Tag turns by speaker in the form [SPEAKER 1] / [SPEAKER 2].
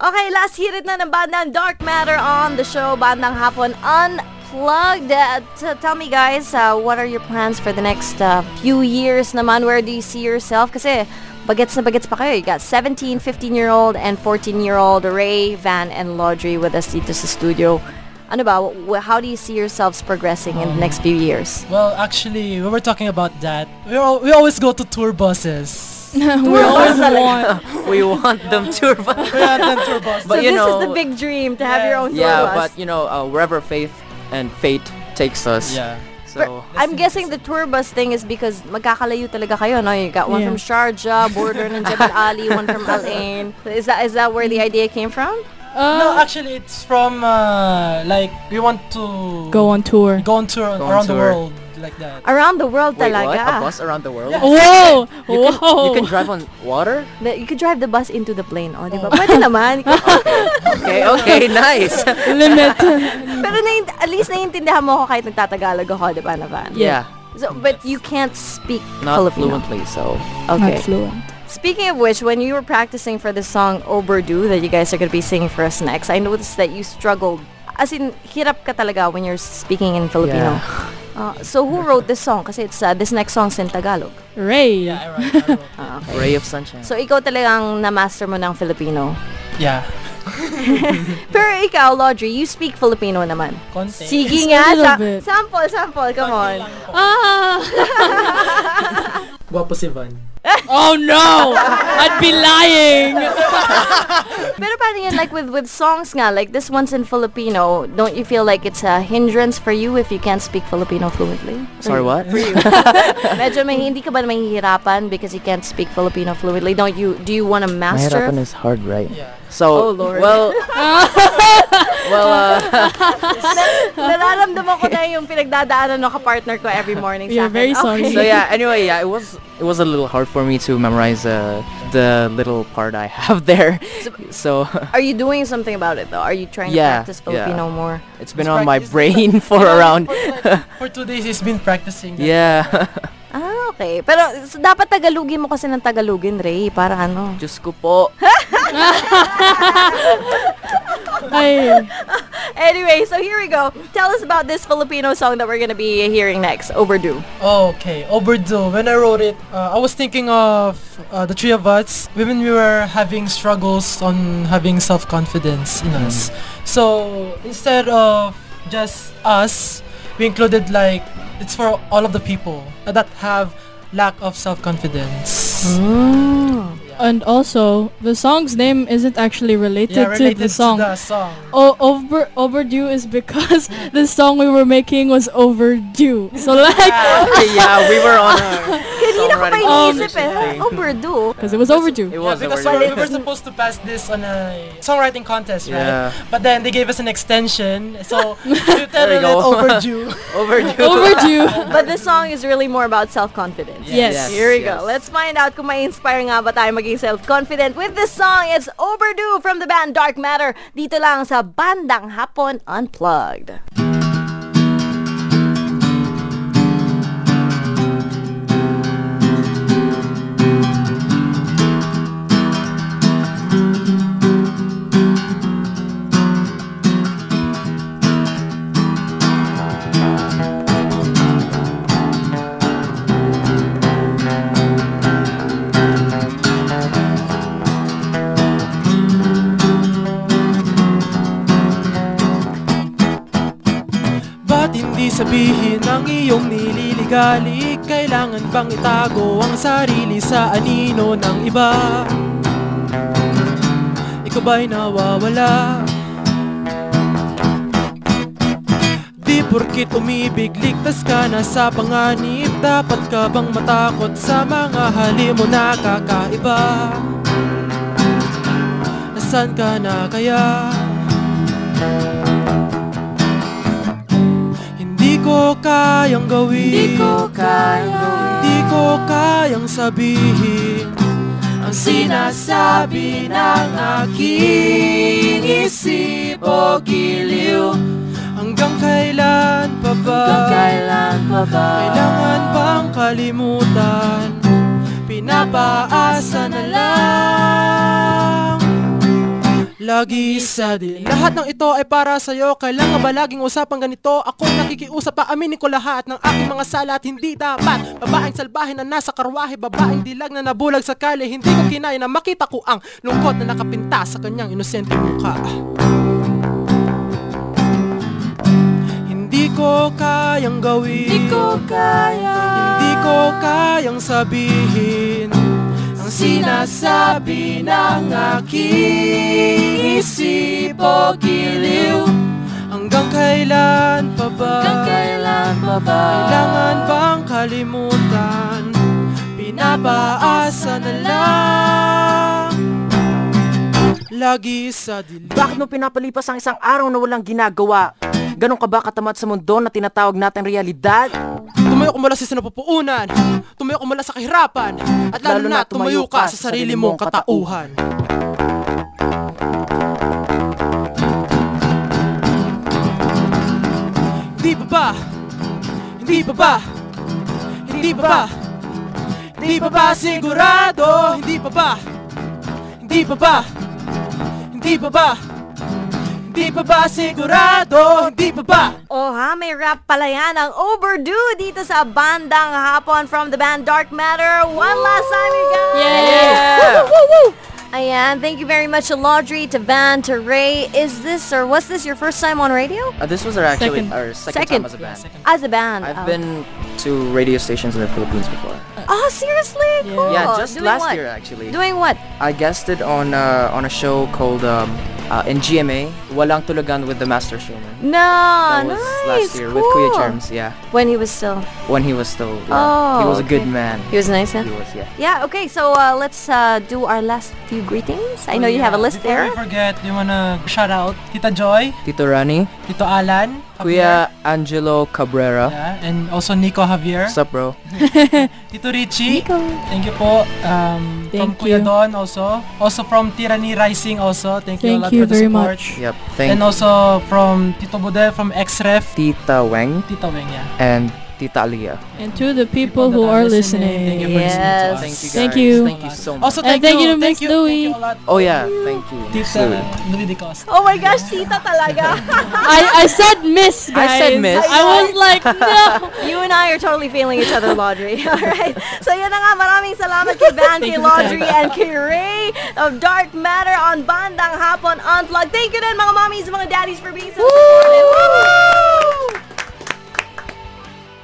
[SPEAKER 1] Okay, last hirit na ng bandang Dark Matter on the show, bandang hapon unplugged. Uh, t- tell me guys, uh, what are your plans for the next uh, few years naman? Where do you see yourself? Kasi bagets na bagets pa kayo. You got 17, 15-year-old, and 14-year-old Ray, Van, and Laudrey with us dito sa studio. Ano ba, wh- how do you see yourselves progressing in the next few years?
[SPEAKER 2] Well, actually, we were talking about that. We, al- we always go to tour buses. we
[SPEAKER 1] Tour bus
[SPEAKER 2] always
[SPEAKER 1] talaga.
[SPEAKER 2] want
[SPEAKER 3] we want them to
[SPEAKER 2] we had them tour buses.
[SPEAKER 1] So
[SPEAKER 3] But you
[SPEAKER 1] this
[SPEAKER 3] know-
[SPEAKER 1] is the big dream to have your own tour
[SPEAKER 3] yeah,
[SPEAKER 1] bus.
[SPEAKER 3] but you know, uh, wherever faith and fate takes us.
[SPEAKER 2] yeah.
[SPEAKER 3] So
[SPEAKER 1] I'm guessing the tour bus thing is because magkakalayo talaga kayo, no? You got one
[SPEAKER 4] Yeah.
[SPEAKER 1] from Sharjah, border ng Jebel Ali, one from Al Ain. So Is that is that where the idea came from?
[SPEAKER 2] No,
[SPEAKER 4] Uh,
[SPEAKER 2] actually, it's from uh, like we want to
[SPEAKER 4] go on tour.
[SPEAKER 2] go on tour
[SPEAKER 3] Go on
[SPEAKER 2] around the
[SPEAKER 3] tour.
[SPEAKER 2] world like that.
[SPEAKER 1] Around the world
[SPEAKER 3] wait, what?
[SPEAKER 1] talaga.
[SPEAKER 3] A bus around the world?
[SPEAKER 4] Whoa!
[SPEAKER 3] You,
[SPEAKER 4] Whoa!
[SPEAKER 3] Can, you can drive on water?
[SPEAKER 1] Na- You could drive the bus into the plane, oh, di ba? Pwede naman.
[SPEAKER 3] Okay, okay, nice.
[SPEAKER 4] Limit.
[SPEAKER 1] Pero na, at least naiintindihan mo ako kahit nagtatagalog ako, di ba, Navan?
[SPEAKER 3] yeah,
[SPEAKER 1] So, but you can't speak
[SPEAKER 3] not
[SPEAKER 1] Filipino.
[SPEAKER 3] fluently. So
[SPEAKER 1] Okay.
[SPEAKER 4] Not fluent.
[SPEAKER 1] Speaking of which, when you were practicing for the song Overdue that you guys are going to be singing for us next, I noticed that you struggled. As in, hirap ka talaga when you're speaking in Filipino. Uh, so who wrote this song? Kasi it's, uh, this next song's in Tagalog.
[SPEAKER 4] Ray.
[SPEAKER 2] Yeah, I wrote- I wrote.
[SPEAKER 1] Ah, okay.
[SPEAKER 3] ray of sunshine.
[SPEAKER 1] So ikaw talagang na-master mo ng Filipino.
[SPEAKER 2] yeah.
[SPEAKER 1] Pero ikaw, Laudrey, you speak Filipino naman.
[SPEAKER 2] Konti.
[SPEAKER 1] Sige
[SPEAKER 4] Just
[SPEAKER 1] nga,
[SPEAKER 4] a little
[SPEAKER 1] sa-
[SPEAKER 4] bit.
[SPEAKER 1] sample, sample, come on.
[SPEAKER 4] Ah!
[SPEAKER 2] Guwapo si Van.
[SPEAKER 4] Oh no! I'd be lying.
[SPEAKER 1] Pero paano yun, like with, with songs nga, like this one's in Filipino, don't you feel like it's a hindrance for you if you can't speak Filipino fluently?
[SPEAKER 3] Sorry, what?
[SPEAKER 1] Medyo may hindi ka ba mahihirapan because you can't speak Filipino fluently? Don't you do you want to master?
[SPEAKER 3] Mahirapan is hard, right?
[SPEAKER 2] Yeah.
[SPEAKER 1] Oh,
[SPEAKER 3] So
[SPEAKER 1] Lord.
[SPEAKER 3] well, well, uh,
[SPEAKER 1] Nararamdaman ko na yung pinagdadaanan ng kapartner ko every morning
[SPEAKER 4] We
[SPEAKER 1] sa
[SPEAKER 4] are
[SPEAKER 1] akin.
[SPEAKER 4] very
[SPEAKER 1] Okay.
[SPEAKER 4] sorry.
[SPEAKER 3] so yeah. Anyway, yeah, it was it was a little hard for me to memorize uh, the little part I have there. So
[SPEAKER 1] Are you doing something about it though? Are you trying
[SPEAKER 3] Yeah,
[SPEAKER 1] to practice Filipino more?
[SPEAKER 3] it's been
[SPEAKER 2] Just
[SPEAKER 3] on my
[SPEAKER 2] practice.
[SPEAKER 3] brain for around.
[SPEAKER 2] For two days, he's been practicing. that.
[SPEAKER 3] Yeah.
[SPEAKER 1] Ah, okay. Pero s- dapat Tagalogin mo kasi ng Tagalogin, Ray. Para ano?
[SPEAKER 3] Diyos ko po.
[SPEAKER 4] Ay.
[SPEAKER 1] Anyway, so here we go. Tell us about this Filipino song that we're gonna be hearing next, Overdue.
[SPEAKER 2] Okay, overdue. When I wrote it, uh, I was thinking of uh, the three of us. Women, we were having struggles on having self-confidence
[SPEAKER 3] Mm-hmm.
[SPEAKER 2] in us. So instead of just us, we included like it's for all of the people that have lack of
[SPEAKER 4] Mm.
[SPEAKER 2] self-confidence.
[SPEAKER 1] Mm.
[SPEAKER 4] And also, the song's name isn't actually related,
[SPEAKER 2] Yeah, related
[SPEAKER 4] to the song. Oh.
[SPEAKER 2] to the song.
[SPEAKER 4] O- over overdue is because the song we were making was overdue. So like,
[SPEAKER 3] Okay, yeah, we were on our
[SPEAKER 1] Kanina ko pa
[SPEAKER 3] songwriting
[SPEAKER 4] Oh,
[SPEAKER 1] iniisip
[SPEAKER 3] competition
[SPEAKER 1] eh.
[SPEAKER 3] thing.
[SPEAKER 1] Overdue.
[SPEAKER 4] because it was overdue.
[SPEAKER 3] It was
[SPEAKER 2] yeah, because
[SPEAKER 3] overdue.
[SPEAKER 2] we were supposed to pass this on a songwriting contest, right?
[SPEAKER 3] Yeah.
[SPEAKER 2] But then they gave us an extension, so you tell it
[SPEAKER 3] go.
[SPEAKER 2] overdue.
[SPEAKER 3] Overdue.
[SPEAKER 4] overdue.
[SPEAKER 1] But the song is really more about self-confidence.
[SPEAKER 4] Yes.
[SPEAKER 3] Yes.
[SPEAKER 1] Here we
[SPEAKER 3] yes.
[SPEAKER 1] go. Let's find out kung ma-inspire nga ba tayo maging self-confident with this song. It's Overdue from the band Dark Matter. Dito lang sa Bandang Hapon Unplugged.
[SPEAKER 2] Ba't hindi sabihin ang iyong nililigali? Kailangan bang itago ang sarili sa anino ng iba? Ikaw ba'y nawawala? Di porkit umibig, ligtas ka na sa panganib Dapat ka bang matakot sa mga hali mo na kakaiba? Nasaan ka na kaya? Hindi ko kayang gawin Hindi ko kayang gawin Hindi ko kayang sabihin Ang sinasabi ng aking isip o giliw Hanggang kailan pa ba? Hanggang kailan pa ba? Kailangan bang kalimutan? Pinapaasa na lang lagi sa din Lahat ng ito ay para sa'yo Kailangan ba laging usapang ganito? Ako nakikiusap pa aminin ko lahat Ng aking mga sala at hindi dapat Babaeng salbahe na nasa karwahe Babaeng dilag na nabulag sa kali Hindi ko kinaya na makita ko ang lungkot Na nakapinta sa kanyang inosente mukha Hindi ko kayang gawin Hindi ko kaya Hindi ko kayang sabihin Ang sinasabi ng aking isip o giliw Hanggang kailan pa ba? Hanggang kailan pa ba? Kailangan bang kalimutan? Pinapaasa na lang Lagi sa dilim
[SPEAKER 5] Bakit mo pinapalipas ang isang araw na walang ginagawa? Ganon ka ba katamat sa mundo na tinatawag natin realidad?
[SPEAKER 2] Tumayo ka mula sa sinapupuunan Tumayo ka mula sa kahirapan At lalo, na tumayo ka sa sarili mong katauhan Hindi pa ba? Hindi pa ba? Hindi pa ba? Hindi pa ba sigurado? Hindi pa ba? Hindi pa ba? Hindi pa ba? Hindi pa ba sigurado? Hindi pa ba?
[SPEAKER 1] Oh ha, may rap pala yan ang overdue dito sa bandang hapon from the band Dark Matter. One last time, you guys!
[SPEAKER 3] Yeah.
[SPEAKER 1] Woo, woo, woo. Ayan, thank you very much to Laundry, to Van, to Ray. Is this or was this your first time on radio?
[SPEAKER 3] Uh, this was our actually
[SPEAKER 4] Second.
[SPEAKER 3] our second,
[SPEAKER 1] Second.
[SPEAKER 3] time as a band.
[SPEAKER 1] As a band? oh.
[SPEAKER 3] I've been to radio stations in the Philippines before.
[SPEAKER 1] Oh, seriously?
[SPEAKER 4] Yeah.
[SPEAKER 1] Cool.
[SPEAKER 3] yeah, just
[SPEAKER 1] Oh, Doing
[SPEAKER 3] last
[SPEAKER 1] what?
[SPEAKER 3] year actually.
[SPEAKER 1] Doing what?
[SPEAKER 3] I guested on uh, on a show called um, uh, in GMA, Walang Tulugan with the Master Showman.
[SPEAKER 1] No,
[SPEAKER 3] That was
[SPEAKER 1] Ah, nice.
[SPEAKER 3] last year
[SPEAKER 1] cool.
[SPEAKER 3] with Kuya Charms. Yeah,
[SPEAKER 1] When he was still,
[SPEAKER 3] when he was still. Yeah.
[SPEAKER 1] Oh,
[SPEAKER 3] he was a
[SPEAKER 1] okay.
[SPEAKER 3] good man.
[SPEAKER 1] he was nice, huh?
[SPEAKER 3] He was, yeah.
[SPEAKER 1] Yeah, okay, so uh, let's uh, do our last few greetings. I know you have a list there.
[SPEAKER 2] Before we forget, you wanna shout out Tita Joy,
[SPEAKER 3] Tito Rani,
[SPEAKER 2] Tito Alan, Javier,
[SPEAKER 3] Kuya Angelo Cabrera.
[SPEAKER 2] yeah, and also Nico Javier,
[SPEAKER 3] What's up, bro?
[SPEAKER 2] Tito Richie, thank you po. Um, from
[SPEAKER 4] Thank
[SPEAKER 2] Kuya
[SPEAKER 4] you.
[SPEAKER 2] Don also. Also from Tyranny Rising also. Thank, you a
[SPEAKER 4] Thank
[SPEAKER 2] lot
[SPEAKER 4] you
[SPEAKER 2] for the
[SPEAKER 4] very
[SPEAKER 2] support.
[SPEAKER 4] much.
[SPEAKER 3] Yep. Thank
[SPEAKER 2] and also from Tito Budel from XREF,
[SPEAKER 3] Tita Wang
[SPEAKER 2] Tito Weng, yeah.
[SPEAKER 3] and Tita Alia.
[SPEAKER 4] And to the people who
[SPEAKER 2] that Thank
[SPEAKER 4] are
[SPEAKER 2] you
[SPEAKER 4] listening.
[SPEAKER 2] for listening to
[SPEAKER 1] Yes.
[SPEAKER 2] us.
[SPEAKER 1] Thank
[SPEAKER 4] you, Thank you.
[SPEAKER 3] Thank you so much.
[SPEAKER 2] Also,
[SPEAKER 4] And
[SPEAKER 2] thank,
[SPEAKER 4] thank you to
[SPEAKER 2] thank
[SPEAKER 4] Mix
[SPEAKER 2] you, thank
[SPEAKER 4] Louie.
[SPEAKER 2] you a lot.
[SPEAKER 3] oh yeah, thank you.
[SPEAKER 2] Tita
[SPEAKER 3] Sue.
[SPEAKER 2] Louie de Costa.
[SPEAKER 1] Oh my gosh, tita talaga.
[SPEAKER 4] I, I said miss,
[SPEAKER 3] I
[SPEAKER 4] guys.
[SPEAKER 3] said miss.
[SPEAKER 4] I was like, no.
[SPEAKER 1] you and I are totally feeling each other, Laundry. All right. So yun na nga, maraming salamat kay Van, kay
[SPEAKER 4] Thank you,
[SPEAKER 1] Laundry, and kay Ray of Dark Matter on Bandang Hapon Unplugged. Thank you din mga mommies, mga daddies for being so supportive. Woo!